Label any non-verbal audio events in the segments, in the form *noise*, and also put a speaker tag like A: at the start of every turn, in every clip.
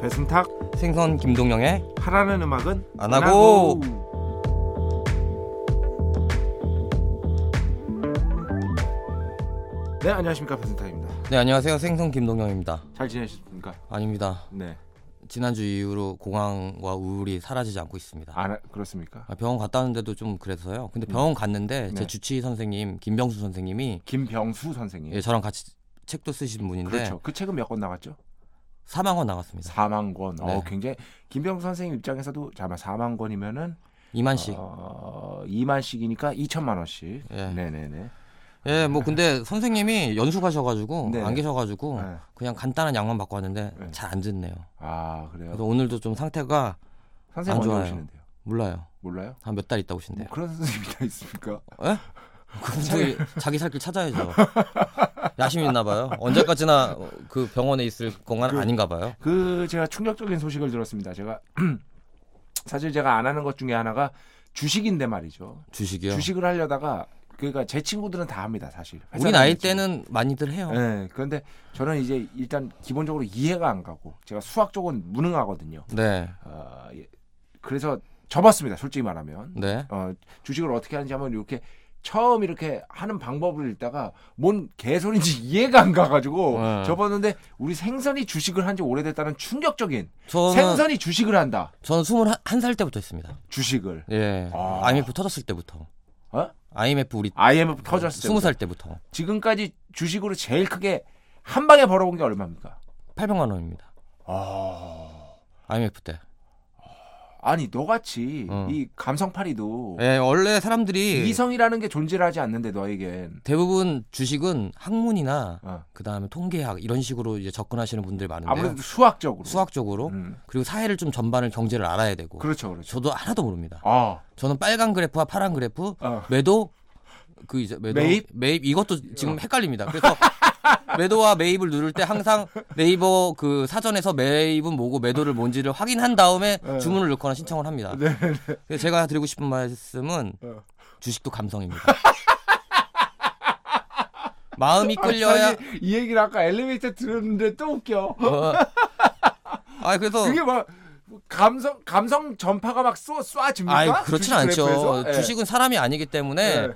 A: 배승탁
B: 생선 김동영의
A: 하라는 음악은
B: 안 하고.
A: 네 안녕하십니까 배승탁입니다.
B: 네 안녕하세요 생선 김동영입니다.
A: 잘 지내셨습니까?
B: 아닙니다.
A: 네.
B: 지난주 이후로 공황과 우울이 사라지지 않고 있습니다.
A: 아 그렇습니까?
B: 아, 병원 갔다 왔는데도 좀 그래서요. 근데 병원 갔는데
A: 네.
B: 제 주치의 선생님 김병수 선생님이
A: 김병수 선생님.
B: 예, 네. 저랑 같이 책도 쓰신 분인데
A: 그렇죠. 그 책은 몇 권 나왔죠?
B: 사망원 나갔습니다.
A: 4만 권. 어,
B: 네.
A: 굉장히 김병수 선생님 입장에서도 잠깐 4만 권이면은
B: 이만식.
A: 어, 2만씩이니까 2천만 원씩.
B: 예.
A: 네, 네, 네.
B: 예, 뭐 근데 선생님이 연수가셔가지고
A: 네.
B: 안 계셔가지고
A: 네.
B: 그냥 간단한 약만 받고 왔는데
A: 네.
B: 잘 안 듣네요.
A: 아, 그래요.
B: 그래서 오늘도 좀 상태가
A: 선생님
B: 안
A: 언제
B: 좋아요. 네.
A: 오시는데요?
B: 몰라요.
A: 몰라요?
B: 한 몇 달 있다
A: 뭐
B: 오신대요.
A: 그런 *laughs* 선생님이 다 있습니까?
B: 예? 저희 자기 살길 찾아야죠. 야심이 있나 봐요. 언제까지나 그 병원에 있을 건가 는 아닌가 봐요.
A: 그 제가 충격적인 소식을 들었습니다. 제가 *clears throat* 사실 제가 안 하는 것 중에 하나가 주식인데 말이죠.
B: 주식이요.
A: 주식을 하려다가 그러니까 제 친구들은 다 합니다, 사실. 회사
B: 우리
A: 다니는
B: 나이
A: 친구들.
B: 때는 많이들 해요.
A: 예. 그런데 저는 이제 일단 기본적으로 이해가 안 가고 제가 수학 쪽은 무능하거든요.
B: 네,
A: 어, 예. 그래서 접었습니다. 솔직히 말하면.
B: 네.
A: 어, 주식을 어떻게 하는지 한번 이렇게 처음 이렇게 하는 방법을 읽다가 뭔 개소리인지 *laughs* 이해가 안 가가지고
B: 네.
A: 접었는데 우리 생선이 주식을 한 지 오래됐다는 충격적인
B: 저는
A: 생선이 주식을 한다
B: 저는 스물 한살 때부터 했습니다.
A: 주식을
B: 예,
A: 아.
B: IMF 터졌을 때부터.
A: 어?
B: IMF 우리
A: IMF 터졌을 때
B: 스무 살 때부터
A: 지금까지 주식으로 제일 크게 한 방에 벌어본 게 얼마입니까?
B: 800만 원입니다.
A: 아
B: IMF 때.
A: 아니 너같이
B: 어.
A: 이 감성팔이도
B: 예, 원래 사람들이
A: 뭐. 이성이라는 게 존재하지 않는데 너에겐
B: 대부분 주식은 학문이나
A: 어.
B: 그 다음에 통계학 이런 식으로 이제 접근하시는 분들이 많은데
A: 아무래도 수학적으로
B: 수학적으로
A: 음.
B: 그리고 사회를 좀 전반을 경제를 알아야 되고
A: 그렇죠 그렇죠
B: 저도 하나도 모릅니다.
A: 아
B: 저는 빨간 그래프와 파란 그래프
A: 어.
B: 매도 그 이제 매도
A: 매입?
B: 이것도 지금 헷갈립니다. 그래서 *laughs* 매도와 매입을 누를 때 항상 네이버 그 사전에서 매입은 뭐고 매도를 뭔지를 확인한 다음에
A: 네.
B: 주문을 넣거나 신청을 합니다. 그래서 제가 드리고 싶은 말씀은
A: 어.
B: 주식도 감성입니다. *laughs* 마음이 끌려야
A: 아니, 이 얘기를 아까 엘리베이터 들었는데 또 웃겨.
B: 어. 아 그래서
A: 그게 막 감성 감성 전파가 막 쏘 쏴집니까?
B: 아 그렇진
A: 주식
B: 않죠.
A: 그래프에서? 예.
B: 주식은 사람이 아니기 때문에
A: 예.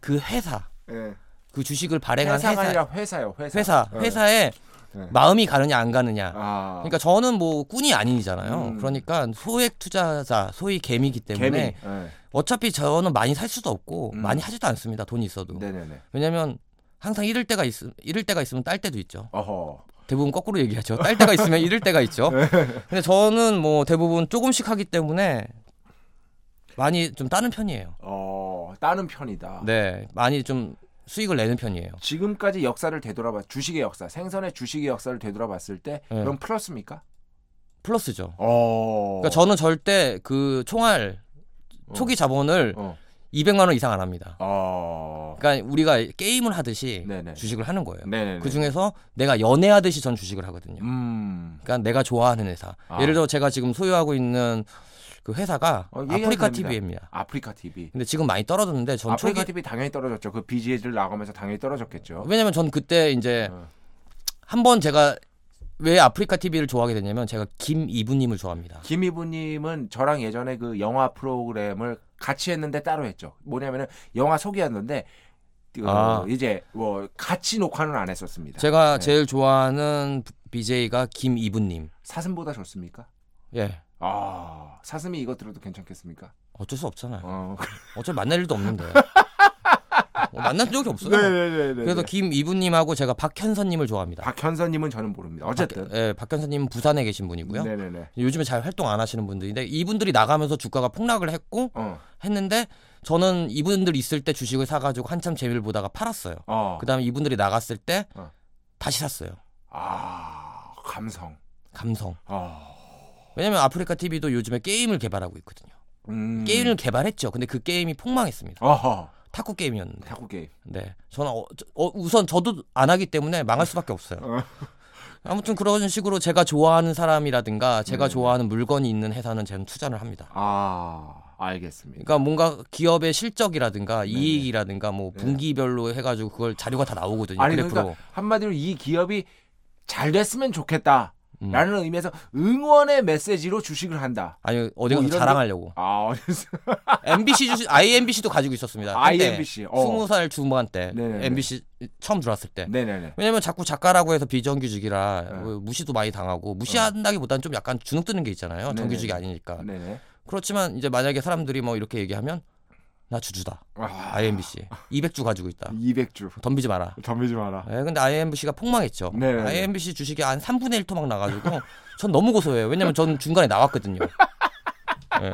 B: 그 회사
A: 예.
B: 그 주식을 발행한
A: 회사가
B: 회사
A: 아니라 회사요. 회사.
B: 회사
A: 예.
B: 회사에
A: 네.
B: 마음이 가느냐 안 가느냐.
A: 아.
B: 그러니까 저는 뭐 꾼이 아니잖아요.
A: 음.
B: 그러니까 소액 투자자, 소위 개미기 때문에
A: 개미. 예.
B: 어차피 저는 많이 살 수도 없고
A: 음.
B: 많이 하지도 않습니다. 돈이 있어도.
A: 네네네.
B: 왜냐면 항상 잃을 때가 있 잃을 때가 있으면 딸 때도 있죠.
A: 어허.
B: 대부분 거꾸로 얘기하죠. 딸 때가 있으면 잃을 때가 있죠.
A: *laughs* 네.
B: 근데 저는 뭐 대부분 조금씩 하기 때문에 많이 좀 따는 편이에요.
A: 어 따는 편이다.
B: 네, 많이 좀 수익을 내는 편이에요.
A: 지금까지 역사를 되돌아봐 주식의 역사, 생선의 주식의 역사를 되돌아봤을 때
B: 예.
A: 그럼 플러스입니까?
B: 플러스죠.
A: 어.
B: 그러니까 저는 절대 그 총알 초기 자본을
A: 어.
B: 200만 원 이상 안 합니다.
A: 어.
B: 그러니까 우리가 게임을 하듯이
A: 네네.
B: 주식을 하는 거예요.
A: 네네네.
B: 그 중에서 내가 연애하듯이 전 주식을 하거든요.
A: 음.
B: 그러니까 내가 좋아하는 회사.
A: 아.
B: 예를 들어 제가 지금 소유하고 있는 그 회사가
A: 어, 얘기해도
B: 아프리카
A: 됩니다.
B: TV입니다.
A: 아프리카 TV.
B: 근데 지금 많이 떨어졌는데 전
A: 아프리카
B: 초기
A: TV 당연히 떨어졌죠. 그 BGS를 나가면서 당연히 떨어졌겠죠.
B: 왜냐면 전 그때 이제
A: 어.
B: 한 번 제가 왜 아프리카 TV를 좋아하게 됐냐면 제가 김이부님을 좋아합니다.
A: 김이부님은 저랑 예전에 그 영화 프로그램을 같이 했는데 따로 했죠. 뭐냐면은 영화 소개였는데 그
B: 아.
A: 이제 뭐 같이 녹화는 안 했었습니다.
B: 제가
A: 네.
B: 제일 좋아하는 BJ가 김이부님.
A: 사슴보다 좋습니까?
B: 예.
A: 아 사슴이 이거 들어도 괜찮겠습니까?
B: 어쩔 수 없잖아요.
A: 어.
B: 어차피 만날
A: *laughs*
B: 일도 없는데. 어, 만난 적이 없어요.
A: 네네네.
B: 그래서 김이부님하고 제가 박현선님을 좋아합니다.
A: 박현선님은 저는 모릅니다. 어쨌든
B: 박, 예, 박현선님은 부산에 계신 분이고요.
A: 네네네.
B: 요즘에 잘 활동 안 하시는 분들인데 이분들이 나가면서 주가가 폭락을 했고
A: 어.
B: 했는데 저는 이분들 있을 때 주식을 사가지고 한참 재미를 보다가 팔았어요.
A: 어.
B: 그다음에 이분들이 나갔을 때
A: 어.
B: 다시 샀어요.
A: 아 감성.
B: 감성.
A: 아.
B: 왜냐면 아프리카 TV도 요즘에 게임을 개발하고 있거든요.
A: 음.
B: 게임을 개발했죠. 근데 그 게임이 폭망했습니다.
A: 어허.
B: 탁구 게임이었는데.
A: 탁구 게임. *laughs*
B: 네. 저는 어, 저- 어, 우선 저도 안 하기 때문에 망할 수밖에 없어요. 아무튼 그런 식으로 제가 좋아하는 사람이라든가 제가
A: 음.
B: 좋아하는 물건이 있는 회사는 저는 투자를 합니다.
A: 아 알겠습니다.
B: 그러니까 뭔가 기업의 실적이라든가
A: 네네.
B: 이익이라든가 뭐
A: 네.
B: 분기별로 해가지고 그걸 자료가 다 나오거든요.
A: 아니
B: 예, 그래프로.
A: 그러니까 한마디로 이 기업이 잘 됐으면 좋겠다라는
B: 음.
A: 의미에서 응원의 메시지로 주식을 한다.
B: 아니 어디 가서
A: 뭐 이런 *laughs*
B: 자랑하려고.
A: 아 어렸을
B: MBC 주식, IMBC도 가지고 있었습니다. 그때
A: IMBC. 어.
B: 스무 살 중반 때
A: 네네네.
B: MBC 처음 들어왔을 때.
A: 네네네.
B: 왜냐면 자꾸 작가라고 해서 비정규직이라
A: 네. 어.
B: 뭐 무시도 많이 당하고 무시한다기보다는 좀 약간 주눅 드는 게 있잖아요.
A: 네네. 음.
B: 정규직이 아니니까.
A: 네네.
B: 그렇지만 이제 만약에 사람들이 뭐 이렇게 얘기하면 나 주주다.
A: 아,
B: IMBC 200주 가지고 있다.
A: 200주
B: 덤비지 마라.
A: 덤비지 마라.
B: 예, 근데 IMBC가 폭망했죠.
A: 네, 네, 네.
B: IMBC 주식이 한 3분의 1토막 나가지고 전 너무 고소해요. 왜냐면 저는 중간에 나왔거든요. 예,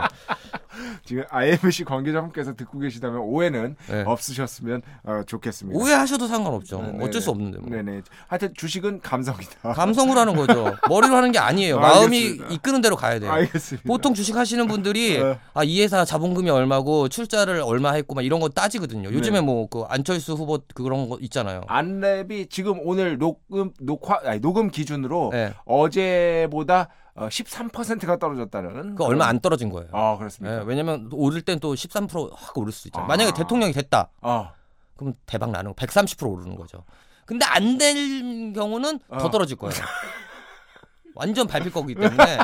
A: 지금 IMC 관계자분께서 듣고 계시다면 오해는
B: 예.
A: 없으셨으면 어, 좋겠습니다.
B: 오해하셔도 상관없죠.
A: 네, 네,
B: 어쩔 수
A: 네.
B: 없는데 뭐.
A: 네네. 하여튼 주식은 감성이다.
B: 감성으로 하는 거죠. 머리로 하는 게 아니에요.
A: 아,
B: 마음이
A: 알겠습니다.
B: 이끄는 대로 가야
A: *laughs*
B: 돼요.
A: 알겠습니다.
B: 네. 보통 주식 하시는 *laughs* 분들이
A: 네.
B: 아 이 회사 자본금이 얼마고 출자를 얼마 했고 막 이런 거 따지거든요.
A: 네.
B: 요즘에 뭐 그 안철수 후보 그런 거 있잖아요.
A: 안랩이 지금 오늘 녹음 녹화 아니, 녹음 기준으로
B: 예.
A: 어제보다 어, 13%가 떨어졌다는.
B: 그 얼마 안 떨어진 거예요.
A: 아 그렇습니다.
B: 예, 왜냐면 오를 땐 또 13%확 오를 수 있잖아요.
A: 아.
B: 만약에 대통령이 됐다.
A: 아
B: 그럼 대박 나는 거. 130% 오르는 거죠. 근데 안 될 경우는
A: 어.
B: 더 떨어질 거예요. 완전 밟힐 거기 때문에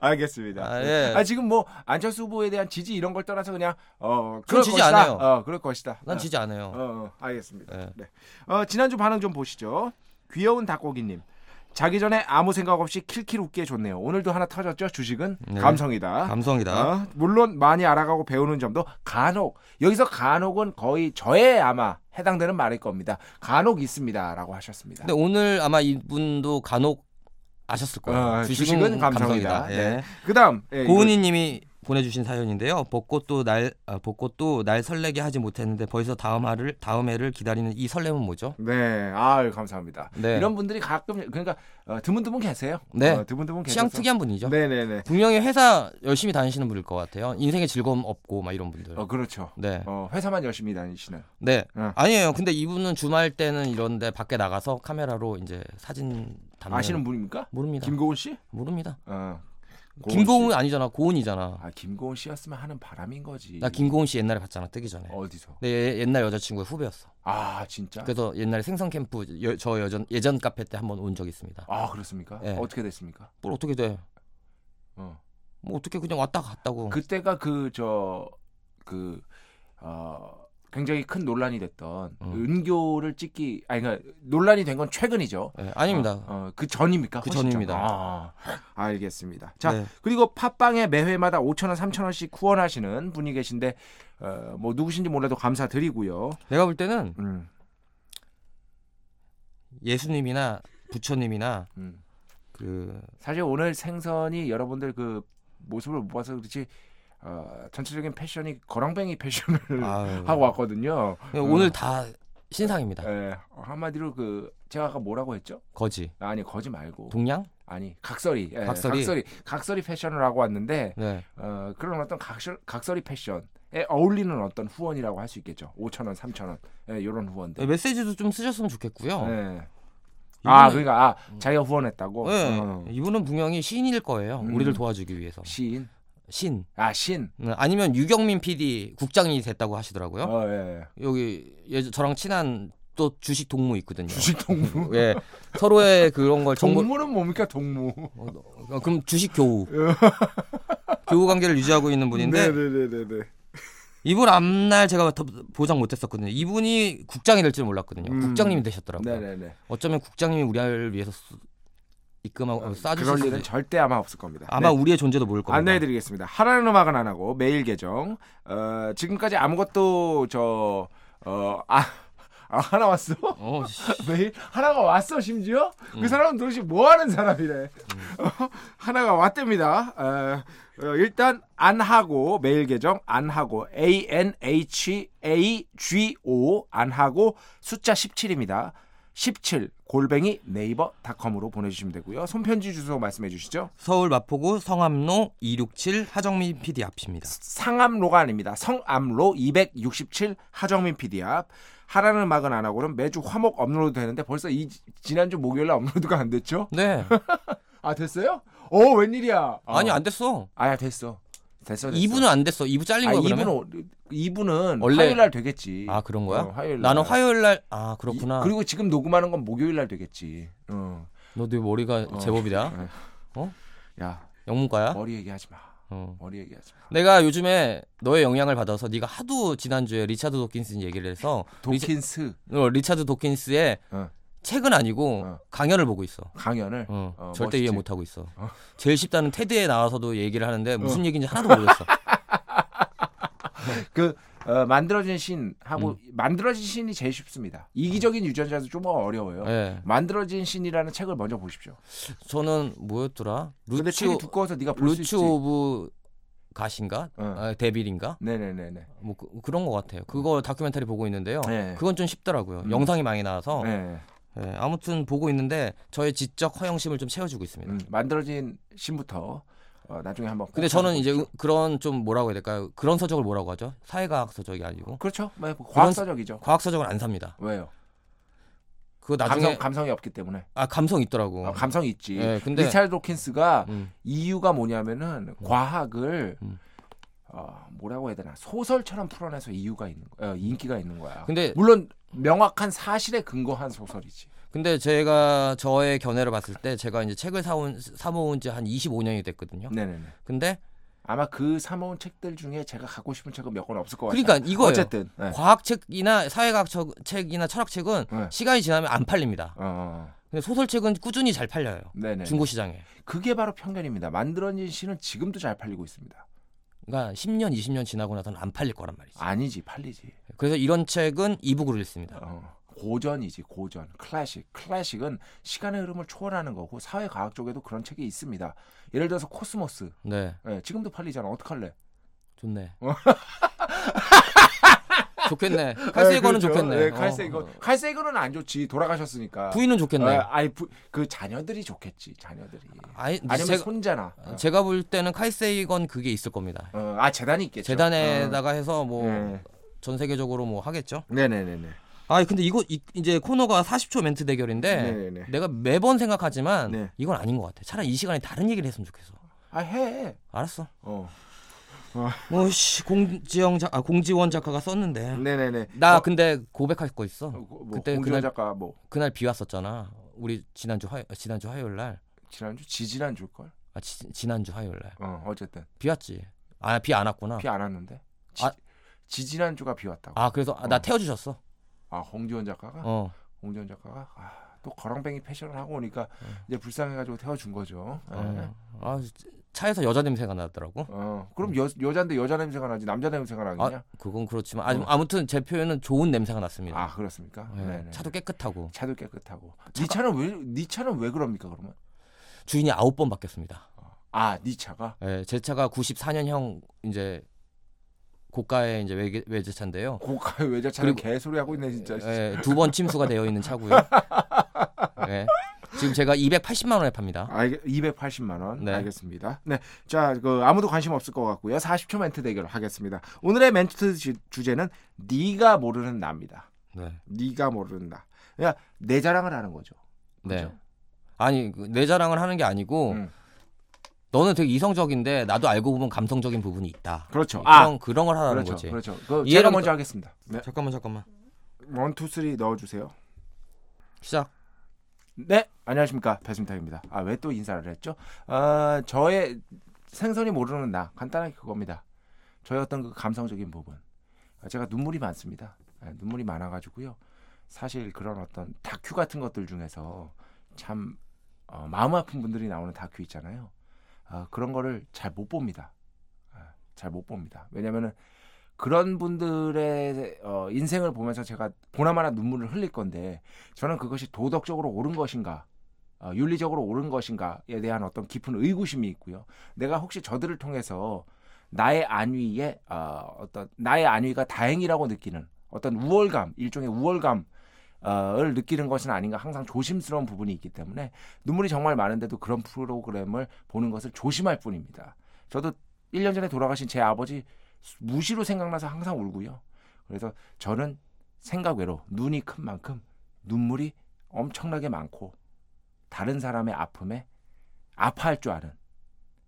A: 알겠습니다.
B: 아, 예.
A: 아, 지금 뭐 안철수 후보에 대한 지지 이런 걸 떠나서 그냥 어
B: 전
A: 그럴
B: 지지
A: 것이다.
B: 안 해요.
A: 어 그럴 것이다.
B: 난
A: 어,
B: 지지 안 해요.
A: 어, 어, 알겠습니다.
B: 예.
A: 네. 어, 지난주 반응 좀 보시죠. 귀여운 닭고기님. 자기 전에 아무 생각 없이 킬킬 웃게 해줬네요. 오늘도 하나 터졌죠. 주식은
B: 네.
A: 감성이다.
B: 감성이다.
A: 어, 물론 많이 알아가고 배우는 점도 간혹 여기서 간혹은 거의 저에 아마 해당되는 말일 겁니다. 간혹 있습니다라고 하셨습니다.
B: 근데 오늘 아마 이분도 간혹 아셨을 거예요.
A: 어,
B: 주식은, 감성이다. 예.
A: 네. 그다음 예, 이거-
B: 고은희님이 보내주신 사연인데요. 벚꽃도 날 아, 벚꽃도 날 설레게 하지 못했는데 벌써 다음 해를 다음 해를 기다리는 이 설렘은 뭐죠?
A: 네, 아유 감사합니다.
B: 네.
A: 이런 분들이 가끔 그러니까 어, 드문드문 계세요.
B: 네.
A: 어, 드문드문 계세요.
B: 취향 특이한 분이죠.
A: 네, 네, 네.
B: 분명히 회사 열심히 다니시는 분일 것 같아요. 인생에 즐거움 없고 막 이런 분들.
A: 어 그렇죠.
B: 네,
A: 어, 회사만 열심히 다니시는.
B: 네.
A: 어.
B: 아니에요. 근데 이분은 주말 때는 이런데 밖에 나가서 카메라로 이제 사진 담는
A: 아시는 분입니까?
B: 모릅니다.
A: 김고은 씨?
B: 모릅니다.
A: 어. 고은
B: 김고은
A: 씨.
B: 아니잖아. 고은이잖아.
A: 아 김고은 씨였으면 하는 바람인 거지.
B: 나 김고은 씨 옛날에 봤잖아. 뜨기 전에.
A: 아, 어디서?
B: 네, 얘- 옛날 여자친구의 후배였어.
A: 아 진짜?
B: 그래서 옛날에 생선 캠프 여- 저 여전 예전 카페 때 한번 온 적 있습니다.
A: 아 그렇습니까?
B: 네.
A: 어떻게 됐습니까?
B: 뭘 어떻게 돼?
A: 어.
B: 뭐 어떻게 그냥 왔다 갔다고.
A: 그때가 그 저 그 어, 굉장히 큰 논란이 됐던
B: 음.
A: 은교를 찍기 아니 그러니까 논란이 된 건 최근이죠.
B: 예, 아닙니다.
A: 어, 어, 그 전입니까?
B: 그
A: 훨씬 전.
B: 전입니다.
A: 아, 알겠습니다. 자
B: 네.
A: 그리고 팟빵에 매 회마다 5천 원, 3천 원씩 후원하시는 분이 계신데 어, 뭐 누구신지 몰라도 감사드리고요.
B: 내가 볼 때는
A: 음,
B: 예수님이나 부처님이나
A: 음.
B: 그
A: 사실 오늘 생선이 여러분들 그 모습을 못 봐서 그렇지 어, 전체적인 패션이 거렁뱅이 패션을
B: 아유.
A: *laughs* 하고 왔거든요.
B: 그냥 오늘 다 신상입니다.
A: 예, 어, 한마디로 그 제가 아까 뭐라고 했죠?
B: 거지,
A: 아니 거지 말고
B: 동양.
A: 아니 각설이 예,
B: 각설이.
A: 각설이 각설이 패션을 하고 왔는데
B: 네.
A: 어, 그런 어떤 각설 각설이 패션에 어울리는 어떤 후원이라고 할 수 있겠죠. 5천 원, 3천 원 예, 이런 후원들.
B: 네, 메시지도 좀 쓰셨으면 좋겠고요.
A: 예. 아
B: 어. 이분은- 음.
A: 그러니까 아 자기가 후원했다고
B: 예,
A: 어,
B: 이분은 분명히 시인일 거예요.
A: 음.
B: 우리를 도와주기 위해서
A: 시인
B: 신.
A: 아신
B: 음, 아니면 유경민 PD 국장이 됐다고 하시더라고요.
A: 어, 예.
B: 여기 예, 저랑 친한 또 주식 동무 있거든요.
A: 주식 동무
B: 예, 서로의 그런 걸 정보
A: *laughs* 동무는 뭡니까 동무
B: 어, 어, 그럼 주식 교우. 교우 관계를 유지하고 있는 분인데
A: 네네네네
B: 이분 앞날 제가 더 보장 못했었거든요. 이분이 국장이 될 줄 몰랐거든요.
A: 음.
B: 국장님이 되셨더라고요.
A: 네네네
B: 어쩌면 국장님이 우리를 위해서 쓰- 입금하고 싸주실
A: 어, 그럴
B: 수도
A: 일은
B: 있-
A: 절대 아마 없을 겁니다.
B: 아마
A: 네.
B: 우리의 존재도 모를 겁니다.
A: 안내해드리겠습니다. 하라는 음악은 안 하고 메일 계정. 어, 지금까지 아무것도 저 어, 아, 아, 하나 왔어?
B: 어, 씨.
A: 메일 하나가 왔어 심지어 그 사람은 도대체 뭐 하는 사람이래? *laughs* 어, 하나가 왔답니다. 어, 어, 일단 안 하고 메일 계정 안 하고 A N H A G O 안 하고 숫자 17입니다. 17 골뱅이 네이버닷컴으로 보내주시면 되고요. 손편지 주소 말씀해 주시죠.
B: 서울 마포구 성암로 267 하정민 PD 앞입니다.
A: 상암로가 아닙니다. 성암로 267 하정민 PD 앞. 하라는 음악은 안 하고는 매주 화목 업로드 되는데 벌써 이 지난주 목요일 날 업로드가 안 됐죠?
B: 네.
A: 아 됐어요? 어 웬일이야?
B: 아니 안 됐어.
A: 아야 됐어. 됐어. 됐어.
B: 2부는 안 됐어. 2부 잘린
A: 아
B: 거야 그러면?
A: 2부는 2부는
B: 원래-
A: 화요일 날 되겠지.
B: 아 그런 거야?
A: 어, 화요일 날.
B: 나는 화요일 날 아
A: 이-
B: 그렇구나.
A: 그리고 지금 녹음하는 건 목요일 날 되겠지. 어.
B: 너도 머리가 제법이다.
A: 야
B: 영문과야.
A: 머리 얘기하지 마.
B: 어.
A: 머리 얘기하지 마.
B: 내가 요즘에 너의 영향을 받아서 네가 하도 지난주에 리차드 도킨슨 얘기를 해서 리차,
A: 도킨스
B: 어, 리차드 도킨스의
A: 어.
B: 책은 아니고
A: 어.
B: 강연을 보고 있어.
A: 강연을
B: 어,
A: 어,
B: 절대
A: 멋있지.
B: 이해 못 하고 있어. 제일 쉽다는 테드에 나와서도 얘기를
A: 어.
B: 하는데 무슨 얘기인지 하나도 모르겠어.
A: 그 어, 만들어진 신하고
B: 음.
A: 만들어진 신이 제일 쉽습니다. 이기적인 유전자도 좀 *laughs* 어려워요.
B: 예.
A: 만들어진 신이라는 책을 먼저 보십시오.
B: 저는 뭐였더라?
A: 근데 책이
B: 루치오
A: 두꺼워서 네가 볼 수 있지.
B: 루치 오브 가신가?
A: 어.
B: 아, 데빌인가?
A: 네네네네.
B: 뭐 그, 런것 같아요. 그거 다큐멘터리 보고 있는데요.
A: 네.
B: 그건 좀 쉽더라고요.
A: 음.
B: 영상이 많이 나와서
A: 네.
B: 예, 아무튼 보고 있는데 저의 지적 허영심을 좀 채워주고 있습니다.
A: 음, 만들어진 신부터 어, 나중에 한번. 꼭
B: 네. 근데 저는 이제 음,
A: 찾아보십시오.
B: 으- 그런 좀 뭐라고 해야 될까요? 그런 서적을 뭐라고 하죠? 사회과학 서적이 아니고
A: 그렇죠. 네, 과학서적이죠.
B: 과학 서적을 안 삽니다.
A: 왜요?
B: 그거 나중에
A: 감성 감성이 없기 때문에.
B: 아 감성 있더라고.
A: 어, 감성이 있지.
B: 예, 근데-
A: 리차드 도킨스가
B: 음.
A: 이유가 뭐냐면은 과학을
B: 음.
A: 어, 뭐라고 해야 되나 소설처럼 풀어내서 이유가 있는 거, 어, 인기가 있는 거야.
B: 근데
A: 물론 명확한 사실에 근거한 소설이지.
B: 근데 제가 저의 견해를 봤을 때 제가 이제 책을 사온 사모은 지 한 25년이 됐거든요.
A: 네네네.
B: 근데
A: 아마 그 사모은 책들 중에 제가 갖고 싶은 책은 몇 권 없을 것 같아요.
B: 그러니까 이거예요.
A: 어쨌든. 네.
B: 과학책이나 사회과학 저- 책이나 철학책은
A: 네.
B: 시간이 지나면 안 팔립니다.
A: 어,
B: 근데 소설책은 꾸준히 잘 팔려요.
A: 네네.
B: 중고 시장에.
A: 그게 바로 편견입니다. 만들어진 시는 지금도 잘 팔리고 있습니다.
B: 그러니까 10년, 20년 지나고 나서는 안 팔릴 거란 말이지.
A: 아니지 팔리지.
B: 그래서 이런 책은 이북으로 읽습니다.
A: 어, 고전이지 고전 클래식 클래식은 시간의 흐름을 초월하는 거고 사회과학 쪽에도 그런 책이 있습니다 예를 들어서 코스모스
B: 네, 어.
A: 예, 지금도 팔리잖아 어떡할래
B: 좋네. *laughs* 좋겠네. 칼세이거는 좋겠네.
A: 예, 칼세이거
B: 어, 어.
A: 칼세이거는 안 좋지 돌아가셨으니까
B: 부인은 좋겠네.
A: 아, 아이 부- 그 자녀들이 좋겠지 자녀들이
B: 아니,
A: 아니면
B: 제가,
A: 손자나 어.
B: 제가 볼 때는 칼세이건 그게 있을 겁니다.
A: 어, 아 재단이
B: 그렇죠.
A: 있겠죠
B: 재단에다가 해서
A: 어,
B: 뭐 전
A: 예.
B: 세계적으로 뭐 하겠죠.
A: 네네네네
B: 아 근데 이거 이, 제 코너가 40초 멘트 대결인데
A: 네네네.
B: 내가 매번 생각하지만
A: 네.
B: 이건 아닌 것 같아. 차라리 이 시간에 다른 얘기를 했으면 좋겠어.
A: 아해
B: 알았어.
A: 어.
B: 뭐씨 공지영 작, 아 공지원 작가가 썼는데
A: 네네네
B: 나
A: 어,
B: 근데 고백할 거 있어.
A: 어, 뭐,
B: 그때
A: 공주현
B: 그날-
A: 작가 뭐
B: 그날 비 왔었잖아. 우리 지난주 화 지난주 화요일 날.
A: 지난주 지지난 줄걸
B: 아 지, 난주 화요일 날.
A: 어 어쨌든
B: 비 왔지. 아 비 안 왔구나.
A: 비 안 왔는데 지,
B: 아.
A: 지지난주가 비 왔다고
B: 아 그래서 아, 나
A: 어.
B: 태워 주셨어.
A: 아 홍지원 작가가
B: 어.
A: 홍지원 작가가 아, 또 거렁뱅이 패션을 하고 오니까 이제 불쌍해가지고 태워준 거죠 예.
B: 어. 아 차에서 여자 냄새가 나더라고.
A: 어, 그럼 여, 여잔데 여자 냄새가 나지 남자 냄새가 나겠냐
B: 아 그건 그렇지만 아, 아무튼 제 표현은 좋은 냄새가 났습니다.
A: 어. 아, 그렇습니까
B: 예,
A: 네네.
B: 차도 깨끗하고
A: 차도 깨끗하고 네 차는 왜네 차는 왜 그럽니까 그러면
B: 주인이 아홉 번 바뀌었습니다.
A: 아네 차가
B: 예, 제 차가 94년형 이제 고가의 이제 외계, 외제차인데요.
A: 고가 외제차는
B: 그리고-
A: 개소리 하고 있네 진짜
B: 예, 두 번 침수가 되어 있는 차고요. 예. 지금 제가 280만 원에 팝니다.
A: 알 280만 아, 원
B: 어? 네.
A: 알겠습니다. 네, 자그 아무도 관심 없을 것 같고요. 40초 멘트 대결 하겠습니다. 오늘의 멘트 주- 주제는 네가 모르는 나입니다.
B: 네.
A: 네가 모르는 나. 그러니까 내 자랑을 하는 거죠.
B: 네.
A: 그죠?
B: 아니 그내 자랑을 하는 게 아니고
A: 음.
B: 너는 되게 이성적인데 나도 알고 보면 감성적인 부분이 있다.
A: 그렇죠.
B: 그런 그런 걸 하라는
A: 그렇죠,
B: 거지.
A: 그렇죠. 그
B: 이해를
A: 제가
B: 못-
A: 먼저 하겠습니다. 네,
B: 잠깐만 잠깐만.
A: 원투 쓰리 넣어주세요.
B: 시작.
A: 네, 안녕하십니까 배순탁입니다. 아 왜 또 인사를 했죠? 아 저의 생선이 모르는 나 간단하게 그겁니다. 저의 어떤 그 감성적인 부분. 아, 제가 눈물이 많습니다. 아, 눈물이 많아가지고요. 사실 그런 어떤 다큐 같은 것들 중에서 참 어, 마음 아픈 분들이 나오는 다큐 있잖아요. 아, 그런 거를 잘 못 봅니다. 아, 잘 못 봅니다. 왜냐면은 그런 분들의 어, 인생을 보면서 제가 보나마나 눈물을 흘릴 건데 저는 그것이 도덕적으로 옳은 것인가, 어, 윤리적으로 옳은 것인가에 대한 어떤 깊은 의구심이 있고요. 내가 혹시 저들을 통해서 나의 안위에 어, 어떤 나의 안위가 다행이라고 느끼는 어떤 우월감, 일종의 우월감 어,을 느끼는 것은 아닌가 항상 조심스러운 부분이 있기 때문에 눈물이 정말 많은데도 그런 프로그램을 보는 것을 조심할 뿐입니다. 저도 1년 전에 돌아가신 제 아버지 수- 무시로 생각나서 항상 울고요. 그래서 저는 생각외로 눈이 큰 만큼 눈물이 엄청나게 많고 다른 사람의 아픔에 아파할 줄 아는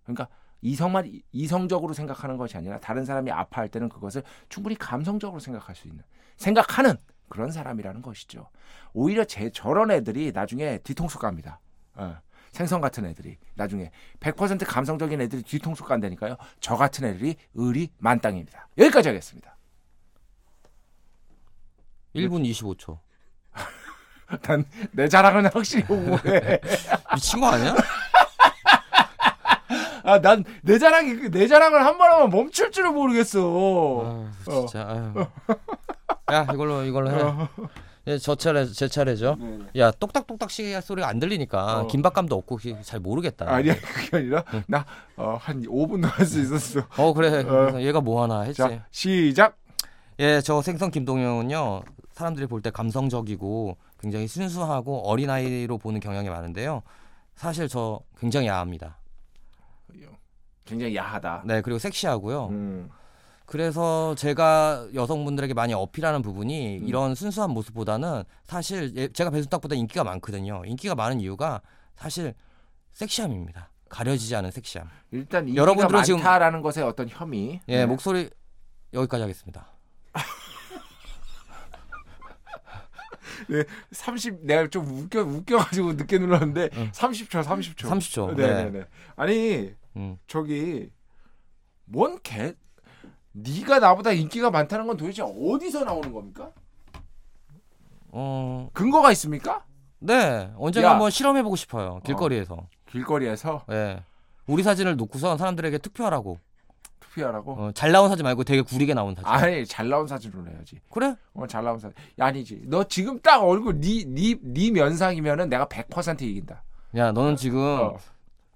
A: 그러니까 이성만 이성적으로 생각하는 것이 아니라 다른 사람이 아파할 때는 그것을 충분히 감성적으로 생각할 수 있는 생각하는 그런 사람이라는 것이죠. 오히려 제 저런 애들이 나중에 뒤통수 갑니다. 어, 생선 같은 애들이 나중에 100% 감성적인 애들이 뒤통수 간다니까요. 저 같은 애들이 을이 만땅입니다. 여기까지 하겠습니다. *laughs* 네.
B: 1분 25초.
A: 난 내 자랑은 확실히 오해.
B: 미친 거
A: *laughs*
B: 아니야?
A: 아, 난 내 자랑이 내 자랑을 한 번 하면 멈출 줄을 모르겠어.
B: 아유, 진짜. 아유. 야 이걸로 이걸로
A: 어.
B: 해. 예, 저 차례 제 차례죠. 야 똑딱똑딱 시 소리가 안 들리니까
A: 네, 어.
B: 긴박감도 없고 시- 잘 모르겠다.
A: 아니야 그게 아니라 나 어, 한 5분 할 수 있었어.
B: 어 그래. 그래서 얘가 뭐 하나 했지.
A: 자 시작.
B: 예, 저 생선 김동영은요 사람들이 볼 때 감성적이고 굉장히 순수하고 어린 아이로 보는 경향이 많은데요. 사실 저 굉장히 야합니다.
A: 굉장히 야하다.
B: 네, 그리고 섹시하고요.
A: 음.
B: 그래서 제가 여성분들에게 많이 어필하는 부분이
A: 음.
B: 이런 순수한 모습보다는 사실 예, 제가 배순탁보다 인기가 많거든요. 인기가 많은 이유가 사실 섹시함입니다. 가려지지 않은 섹시함.
A: 일단 인기가
B: 여러분들은 지금-
A: 많다라는 것에 어떤 혐의.
B: 예,
A: 네.
B: 목소리 여기까지 하겠습니다.
A: 네, 30 내가 좀 웃겨 웃겨가지고 늦게 눌렀는데
B: 응.
A: 30초 30초.
B: 30초. 네.
A: 네네네. 아니
B: 음.
A: 저기 뭔 개? 네가 나보다 인기가 많다는 건 도대체 어디서 나오는 겁니까?
B: 어,
A: 근거가 있습니까?
B: 네. 언젠가
A: 야.
B: 한번 실험해 보고 싶어요. 길거리에서.
A: 길거리에서
B: 예. 우리 사진을 놓고선 사람들에게 투표하라고.
A: 투표하라고.
B: 어, 잘 나온 사진 말고 되게 구리게 나온 사진.
A: 아니 잘 나온 사진으로 해야지.
B: 그래?
A: 어, 잘 나온 사진. 야, 아니지. 너 지금 딱 얼굴 니니니 면상이면은 내가 100% 이긴다. *laughs*
B: 야, 너는 지금
A: 어.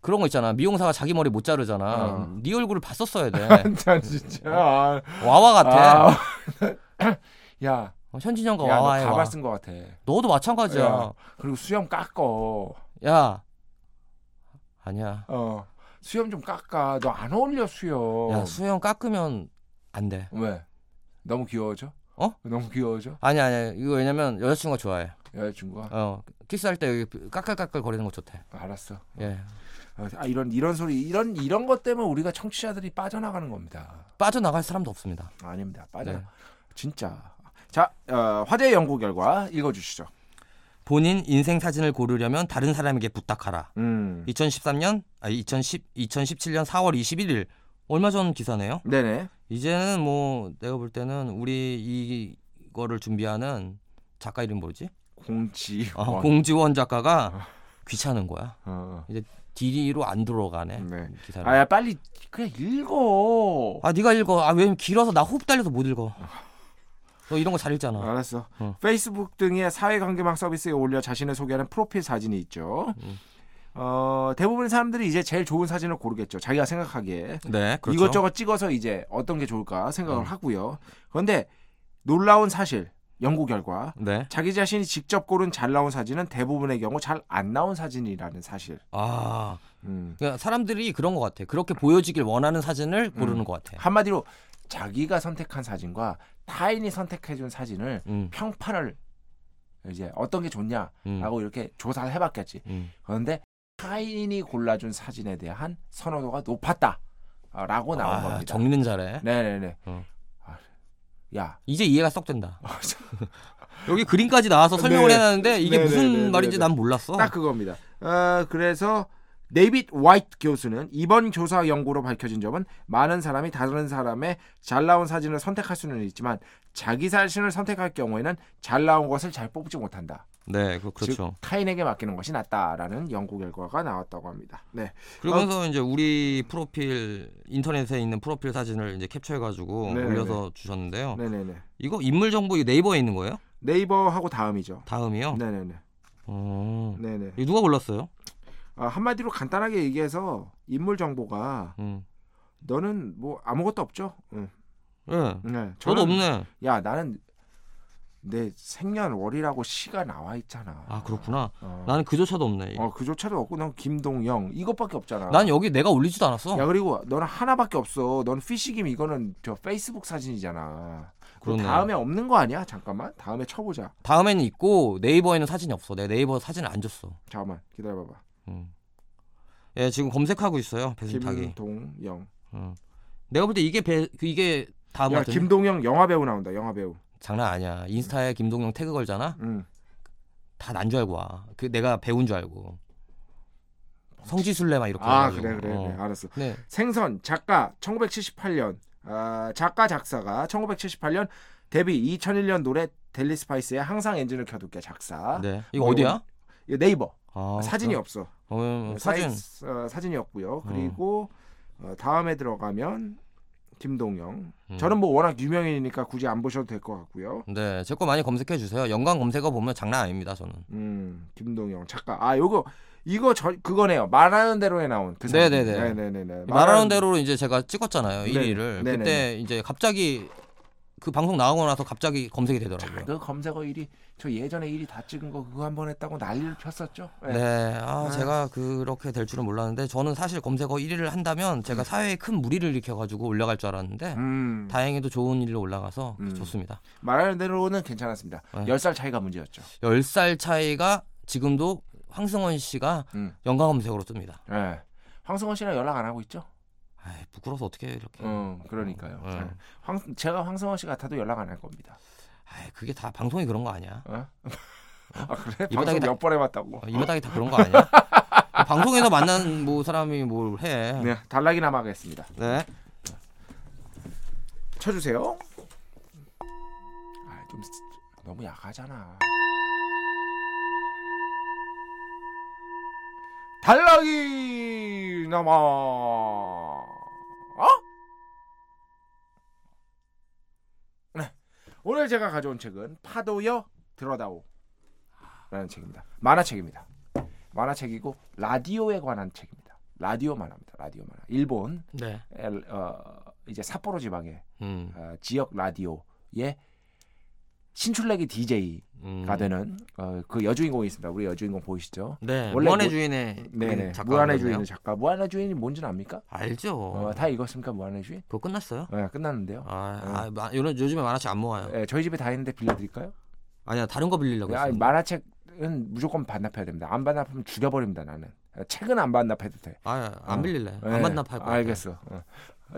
B: 그런 거 있잖아. 미용사가 자기 머리 못 자르잖아.
A: 어.
B: 네 얼굴을 봤었어야 돼.
A: *laughs* 나 진짜. 아,
B: 와와 어? 같아.
A: 아. *laughs* 야,
B: 어, 현진영과
A: 야, 너
B: 와와해. 와.
A: 가발 쓴 것 같아.
B: 너도 마찬가지야.
A: 야. 그리고 수염 깎어.
B: 야. 아니야.
A: 어, 수염 좀 깎아. 너 안 어울려 수염.
B: 야, 수영 깎으면 안 돼.
A: 왜? 너무 귀여워져?
B: 어?
A: 너무 귀여워져?
B: 아니 아니. 이거 왜냐면 여자친구가 좋아해.
A: 여자친구가
B: 어. 키스할 때 여기 까끌까끌 거리는 거 좋대.
A: 알았어.
B: 예.
A: 아 이런 이런 소리 이런 이런 것 때문에 우리가 청취자들이 빠져나가는 겁니다.
B: 빠져나갈 사람도 없습니다.
A: 아닙니다. 빠져.
B: 네.
A: 진짜. 자, 어, 화제 연구 결과 읽어주시죠.
B: 본인 인생 사진을 고르려면 다른 사람에게 부탁하라.
A: 음.
B: 2013년 아 2010, 2017년 4월 21일 얼마 전 기사네요.
A: 네네.
B: 이제는 뭐 내가 볼 때는 우리 이거를 준비하는 작가 이름 뭐지?
A: 공지.
B: 아, 공지원
A: 아.
B: 작가가 귀찮은 거야.
A: 어.
B: DD로 안 들어가네.
A: 네.
B: 기사를. 아,
A: 아야 빨리 그냥 읽어.
B: 네가 읽어. 아, 왜 길어서 나 호흡 달려서 못 읽어. 너 이런 거 잘 읽잖아.
A: 알았어.
B: 어.
A: 페이스북 등의 사회관계망 서비스에 올려 자신을 소개하는 프로필 사진이 있죠.
B: 음.
A: 어, 대부분 사람들이 이제 제일 좋은 사진을 고르겠죠. 자기가 생각하기에
B: 네, 그렇죠. 음.
A: 이것저것 찍어서 이제 어떤 게 좋을까 생각을 하고요. 그런데 놀라운 사실, 연구 결과
B: 네.
A: 자기 자신이 직접 고른 잘 나온 사진은 대부분의 경우 잘 안 나온 사진이라는 사실.
B: 아,
A: 음.
B: 그러니까 사람들이 그런 것 같아. 그렇게 보여지길 원하는 사진을 고르는
A: 음.
B: 것 같아.
A: 한마디로 자기가 선택한 사진과 타인이 선택해준 사진을
B: 음,
A: 평판을 이제 어떤 게 좋냐라고
B: 음,
A: 이렇게 조사를 해봤겠지.
B: 음.
A: 그런데 타인이 골라준 사진에 대한 선호도가 높았다라고 나온
B: 아,
A: 겁니다.
B: 정리는 잘해.
A: 네네네.
B: 어.
A: 아, 야,
B: 이제 이해가 쏙 된다. *laughs* 여기 그림까지 나와서 설명을
A: 아, 네.
B: 해놨는데 이게
A: 네,
B: 무슨
A: 네, 네,
B: 말인지
A: 네,
B: 난 몰랐어.
A: 딱 그겁니다. 어, 그래서 데이빗 화이트 교수는 이번 조사 연구로 밝혀진 점은 많은 사람이 다른 사람의 잘 나온 사진을 선택할 수는 있지만 자기 자신을 선택할 경우에는 잘 나온 것을 잘 뽑지 못한다.
B: 네, 그- 그렇죠.
A: 즉 타인에게 맡기는 것이 낫다라는 연구 결과가 나왔다고 합니다. 네,
B: 그러면서 이제 우리 프로필 인터넷에 있는 프로필 사진을 이제 캡처해가지고
A: 네, 네,
B: 올려서 주셨는데요.
A: 네네네.
B: 이거 인물 정보 이 네이버에 있는 거예요?
A: 네이버하고 다음이죠.
B: 다음이요.
A: 네네네.
B: 어,
A: 네네.
B: 이거 누가 골랐어요?
A: 아, 한마디로 간단하게 얘기해서 인물 정보가
B: 음,
A: 너는 뭐 아무것도 없죠. 응.
B: 예.
A: 네.
B: 저도
A: 저는-
B: 없네.
A: 야 나는 내 생년월일하고 시가 나와 있잖아.
B: 아 그렇구나.
A: 어.
B: 나는 그조차도 없네.
A: 어, 그조차도 없고 난 김동영 이것밖에 없잖아.
B: 난 여기 내가 올리지도 않았어.
A: 어. 야 그리고 너는 하나밖에 없어. 넌 피시김 이거는 저 페이스북 사진이잖아. 그
B: 그러네.
A: 다음에 없는 거 아니야? 잠깐만. 다음에 쳐보자.
B: 다음에는 있고 네이버에는 사진이 없어. 내 네이버 사진을 안 줬어.
A: 잠깐만 기다려봐봐.
B: 음. 예, 지금 검색하고 있어요. 배순탁이.
A: 김동영.
B: 음. 내가 볼 때 이게 배, 그 이게 다음
A: 야
B: 같은
A: 김동영 영화 배우 나온다. 영화 배우.
B: 장난 아니야. 인스타에 김동영 태그 걸잖아.
A: 응.
B: 다 난 줄 알고 와. 그 내가 배운 줄 알고. 성지순례 막 이렇게.
A: 아
B: 해가지고.
A: 그래 그래
B: 어.
A: 그래. 알았어.
B: 네.
A: 생선 작가 1978년 아, 작가 작사가 1978년 데뷔 2001년 노래 델리 스파이스의 항상 엔진을 켜둘게 작사
B: 네. 이거 어디야?
A: 이거 네이버
B: 아,
A: 뭐, 사진이
B: 그래?
A: 없어
B: 어, 음, 사진. 음.
A: 사이즈, 어, 사진이었고요 그리고 어, 다음에 들어가면 김동영
B: 음.
A: 저는 뭐 워낙 유명인이니까 굳이 안 보셔도 될 것 같고요
B: 네, 제 거 많이 검색해 주세요. 연관 검색어 보면 장난 아닙니다, 저는.
A: 음 김동영 작가 아 요거 이거 저 그거네요 말하는 대로에 나온 그 사진.
B: 네네네.
A: 네네네네
B: 말하는 대로 이제 제가 찍었잖아요,
A: 네.
B: 1위를.
A: 네,
B: 그때 이제 갑자기 그 방송 나오고 나서 갑자기 검색이 되더라고요.
A: 그 검색어 1위 저 예전에 1위 다 찍은 거 그거 한 번 했다고 난리를 폈었죠. 예.
B: 네, 아,
A: 아.
B: 제가 그렇게 될 줄은 몰랐는데 저는 사실 검색어 1위를 한다면 제가 사회에 큰 무리를 일으켜가지고 올라갈 줄 알았는데
A: 음,
B: 다행히도 좋은 일로 올라가서
A: 음.
B: 좋습니다.
A: 말하는 대로는 괜찮았습니다.
B: 네.
A: 열 10살 차이가 문제였죠.
B: 10살 차이가 지금도 황승원 씨가
A: 음.
B: 연관 검색어로 뜹니다.
A: 예. 황승원 씨랑 연락 안 하고 있죠?
B: 아이, 부끄러워서 어떻게 이렇게.
A: 음, 그러니까요.
B: 음.
A: 잘. 황, 제가 황승원 씨 같아도 연락 안 할 겁니다.
B: 아이, 그게 다 방송이 그런 거 아니야.
A: 어? 아 그래?
B: 이
A: 방송
B: 바닥에 다-
A: 몇 번 해봤다고.
B: 어, 이 바닥이 다 그런
A: *laughs*
B: 거 아니야? 방송에서 만난 뭐 사람이 뭘 해.
A: 네, 달락이 남아가겠습니다.
B: 네.
A: 쳐주세요. 아, 좀 쓰- 너무 약하잖아. 달락이 남아. 어? 네. 오늘 제가 가져온 책은 파도여 들어다오 라는 책입니다. 만화책입니다. 만화책이고 라디오에 관한 책입니다. 라디오 만화입니다. 라디오 만화. 일본
B: 네.
A: 엘- 어, 이제 삿포로 지방에
B: 음.
A: 어, 지역 라디오의 신출내기 DJ가
B: 음.
A: 되는 어, 그 여주인공이 있습니다. 우리 여주인공 보이시죠?
B: 네.
A: 원래
B: 무한의
A: 무-
B: 주인의
A: 네네.
B: 작가
A: 무한의
B: 그러네요.
A: 주인은 작가. 무한의 주인이 뭔지는 압니까?
B: 알죠.
A: 어, 다 읽었습니까? 무한의 주인?
B: 그거 끝났어요?
A: 네, 끝났는데요.
B: 아, 아 마, 요런, 요즘에 만화책 안 모아요.
A: 예, 저희 집에 다 있는데 빌려드릴까요?
B: 네, 아니야 다른 거 빌리려고
A: 아,
B: 했어.
A: 만화책은 무조건 반납해야 됩니다. 안 반납하면 죽여버립니다. 나는 책은 안 반납해도 돼.
B: 아안
A: 어.
B: 빌릴래.
A: 예,
B: 안 만납할 거야.
A: 알겠어. 어.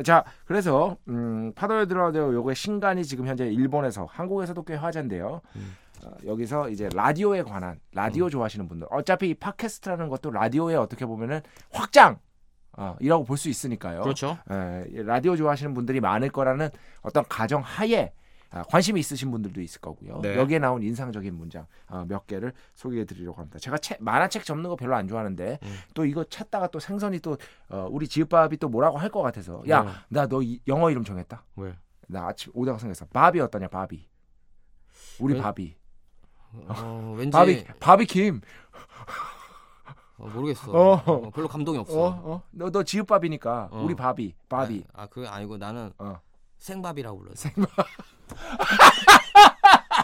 A: 자, 그래서 음, 파도에 들어가요. 요거의 신간이 지금 현재 일본에서 한국에서도 꽤 화제인데요.
B: 음.
A: 어, 여기서 이제 라디오에 관한 라디오 좋아하시는 분들 어차피 이 팟캐스트라는 것도 라디오에 어떻게 보면은 확장 어, 이라고 볼 수 있으니까요.
B: 그렇죠.
A: 예, 이 라디오 좋아하시는 분들이 많을 거라는 어떤 가정 하에 아, 관심이 있으신 분들도 있을 거고요.
B: 네.
A: 여기에 나온 인상적인 문장 어, 몇 개를 소개해 드리려고 합니다. 제가 책, 만화책 접는 거 별로 안 좋아하는데
B: 음.
A: 또 이거 찾다가 또 생선이 또 어, 우리 지읒밥이 또 뭐라고 할 것 같아서 야
B: 네.
A: 나 너 영어 이름 정했다.
B: 왜?
A: 나 아침 오다가 생각했어. 바비 어떠냐 바비. 우리
B: 왜?
A: 바비.
B: 어,
A: *laughs*
B: 왠지
A: 바비 바비 김.
B: 어, 모르겠어.
A: 어.
B: 어, 별로 감동이 없어.
A: 어너너 지읒밥이니까
B: 어.
A: 우리 바비 바비.
B: 아, 아, 그게 아니고 나는
A: 어.
B: 생밥이라고 불러. 생밥. *laughs*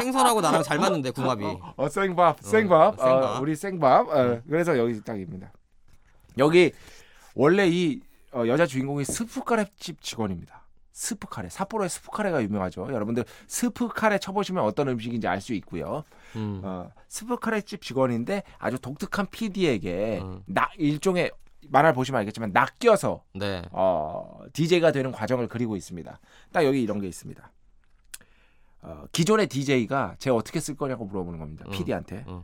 B: 생선하고 나랑 잘 맞는데 궁합이.
A: 어 생밥 생밥 어,
B: 생밥. 네.
A: 우리 생밥 어, 그래서 여기 딱입니다 여기 원래 이 어, 여자 주인공이 스프카레집 직원입니다 스프카레 삿포로의 스프카레가 유명하죠 여러분들 스프카레 쳐보시면 어떤 음식인지 알 수 있고요
B: 음.
A: 어, 스프카레집 직원인데 아주 독특한 PD에게
B: 음.
A: 나 일종의 만화를 보시면 알겠지만 낚여서
B: 네.
A: 어, DJ가 되는 과정을 그리고 있습니다. 딱 여기 이런 게 있습니다. 어, 기존의 DJ가 제가 어떻게 쓸 거냐고 물어보는 겁니다.
B: 음,
A: PD한테.
B: 음.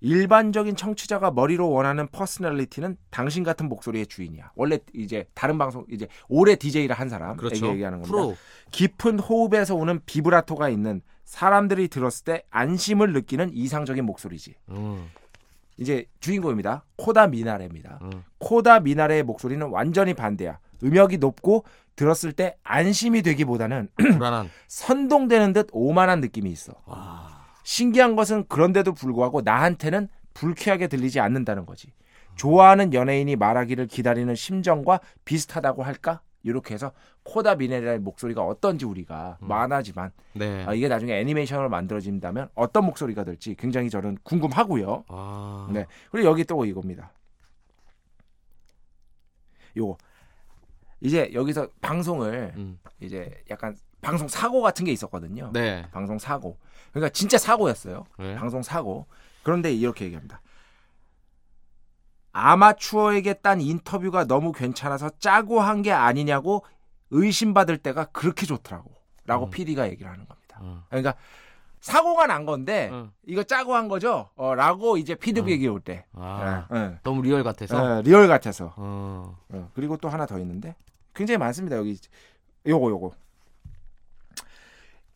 A: 일반적인 청취자가 머리로 원하는 퍼스널리티는 당신 같은 목소리의 주인이야. 원래 이제 다른 방송 이제 오래 DJ를 한 사람에게
B: 그렇죠.
A: 얘기하는 겁니다.
B: 프로.
A: 깊은 호흡에서 오는 비브라토가 있는 사람들이 들었을 때 안심을 느끼는 이상적인 목소리지.
B: 음.
A: 이제 주인공입니다. 코다 미나레입니다.
B: 음.
A: 코다 미나레의 목소리는 완전히 반대야. 음역이 높고 들었을 때 안심이 되기보다는
B: 불안한.
A: 선동되는 듯 오만한 느낌이 있어.
B: 와.
A: 신기한 것은 그런데도 불구하고 나한테는 불쾌하게 들리지 않는다는 거지. 좋아하는 연예인이 말하기를 기다리는 심정과 비슷하다고 할까? 이렇게 해서 코다 미네라의 목소리가 어떤지 우리가 만화지만
B: 예.
C: 네.
A: 아, 이게 나중에 애니메이션으로 만들어진다면 어떤 목소리가 될지 굉장히 저는 궁금하고요.
C: 아.
A: 네. 그리고 여기 또 이겁니다. 요거 이제 여기서 방송을
C: 음.
A: 이제 약간 방송 사고 같은 게 있었거든요.
C: 네.
A: 방송 사고. 그러니까 진짜 사고였어요.
C: 네.
A: 방송 사고. 그런데 이렇게 얘기합니다. 아마추어에게 딴 인터뷰가 너무 괜찮아서 짜고 한 게 아니냐고 의심받을 때가 그렇게 좋더라고. 라고
C: 음.
A: PD가 얘기를 하는 겁니다.
C: 어.
A: 그러니까 사고가 난 건데
C: 어.
A: 이거 짜고 한 거죠? 어, 라고 이제 피드백이 올 때.
C: 아.
A: 예, 예.
C: 너무 리얼 같아서.
A: 예, 리얼 같아서.
C: 어.
A: 어, 그리고 또 하나 더 있는데 굉장히 많습니다. 여기 요거 요거.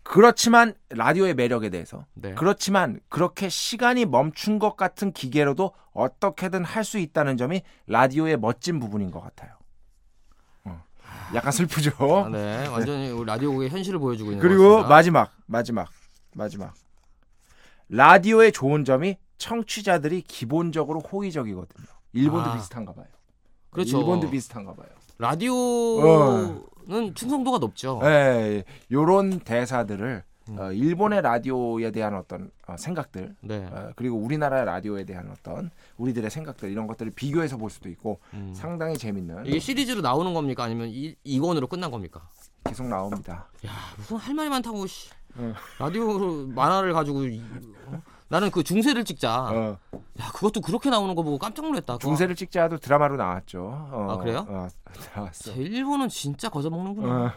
A: 그렇지만 라디오의 매력에 대해서
C: 네.
A: 그렇지만 그렇게 시간이 멈춘 것 같은 기계로도 어떻게든 할 수 있다는 점이 라디오의 멋진 부분인 것 같아요. 어, 약간 슬프죠.
C: 아, 네. 완전히 우리 라디오국의 현실을 보여주고 있는
A: 그리고
C: 것 같습니다.
A: 마지막 마지막 마지막 라디오의 좋은 점이 청취자들이 기본적으로 호의적이거든요. 일본도
C: 아.
A: 비슷한가 봐요.
C: 그렇죠.
A: 일본도 비슷한가 어. 봐요.
C: 라디오는 충성도가 높죠.
A: 예, 요런 대사들을 어, 일본의 라디오에 대한 어떤 어, 생각들
C: 네.
A: 어, 그리고 우리나라의 라디오에 대한 어떤 우리들의 생각들 이런 것들을 비교해서 볼 수도 있고
C: 음.
A: 상당히 재밌는
C: 이게 시리즈로 나오는 겁니까 아니면 이, 이권으로 끝난 겁니까?
A: 계속 나옵니다.
C: 무슨 할 말이 많다고 씨.
A: 응.
C: 라디오 만화를 가지고 이- 어? 나는 그 중세를
B: 아,
C: 찍자.
A: 어,
C: 야 그것도 그렇게 나오는 거 보고 깜짝 놀랐다. 그거.
A: 중세를 찍자도 드라마로 나왔죠. 어,
C: 아, 그래요?
A: 어, 나왔어.
C: 제 일본은 진짜 거저먹는구나.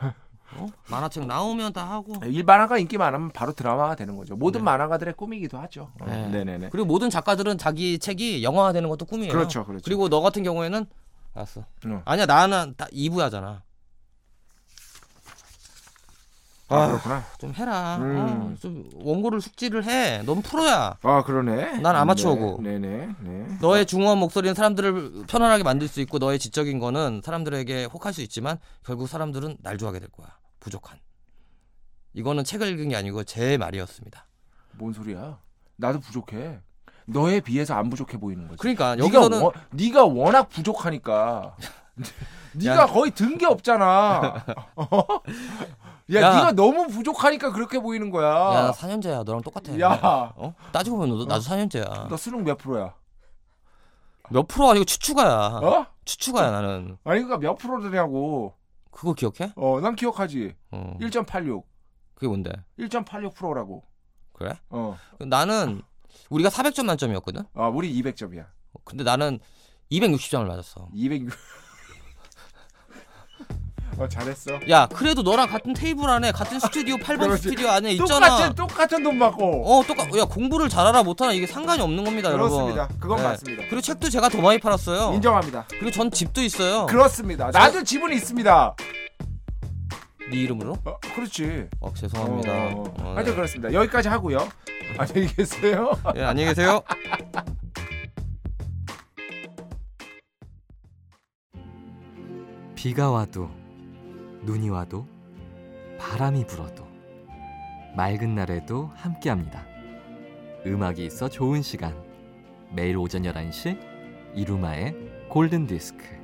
C: 어? 만화책 나오면 다 하고.
A: 일반화가 인기 많으면 바로 드라마가 되는 거죠.
B: 네.
A: 모든 만화가들의 꿈이기도 하죠. 어,
C: 네.
A: 네네네.
B: 그리고 모든 작가들은 자기 책이 영화화되는 것도 꿈이에요.
A: 그렇죠, 그렇죠.
B: 리고너 같은 경우에는 알았어.
A: 응.
B: 아니야 나는 다 2부 하잖아.
A: 아, 그렇구나.
B: 좀 해라.
A: 음.
B: 어, 좀 원고를 숙지를 해. 넌 프로야.
A: 아 그러네.
B: 난 아마추어고.
A: 네, 네네. 네.
B: 너의 중후한 목소리는 사람들을 편안하게 만들 수 있고 너의 지적인 거는 사람들에게 혹할 수 있지만 결국 사람들은 날 좋아하게 될 거야. 부족한. 이거는 책을 읽은 게 아니고 제 말이었습니다.
A: 뭔 소리야? 나도 부족해. 너에 비해서 안 부족해 보이는 거지.
B: 그러니까
A: 네가, 뭐,
B: 여기서는
A: 워- 네가 워낙 부족하니까.
B: *laughs*
A: 네가 거의 든 게 없잖아. 어? 야,
B: 야.
A: 네가 너무 부족하니까 그렇게 보이는
B: 야
A: 거야.
B: 4년제야 너랑 똑같아.
A: 아. 야.
B: 어? 따지고 보면 너도 나도 4년제야.
A: 너 수능 몇 프로야?
B: 몇 프로가 아니고 추추가야.
A: 어?
B: 추추가야 나는.
A: 아니 그러니까 몇 프로냐고.
B: 그거 기억해?
A: 어, 난 기억하지.
B: 어.
A: 1.86.
B: 그게 뭔데?
A: 1.86%라고.
B: 그래?
A: 어.
B: 나는 우리가 400점 만점이었거든.
A: 아, 우리 200점이야.
B: 근데 나는 260점을 맞았어.
A: 200. *laughs* 어, 잘했어.
B: 야, 그래도 너랑 같은 테이블 안에 같은 스튜디오 8번
A: 그렇지.
B: 스튜디오 안에 있잖아.
A: 똑같은 똑같은 돈 받고.
B: 어, 똑같. 야, 공부를 잘하라 못하라 이게 상관이 없는 겁니다,
A: 그렇습니다.
B: 여러분.
A: 그건
B: 네.
A: 맞습니다.
B: 그리고 책도 제가 더 많이 팔았어요.
A: 인정합니다.
B: 그리고 전 집도 있어요.
A: 그렇습니다. 나도 지분이 있습니다.
B: 네 이름으로?
A: 어, 그렇지.
B: 어, 죄송합니다.
A: 어,
B: 어,
A: 하여튼
B: 네.
A: 그렇습니다. 여기까지 하고요. 아, 네, 안녕히 계세요.
B: 예, 안녕히 계세요.
D: 비가 와도 눈이 와도 바람이 불어도 맑은 날에도 함께합니다. 음악이 있어 좋은 시간 매일 오전 11시 이루마의 골든 디스크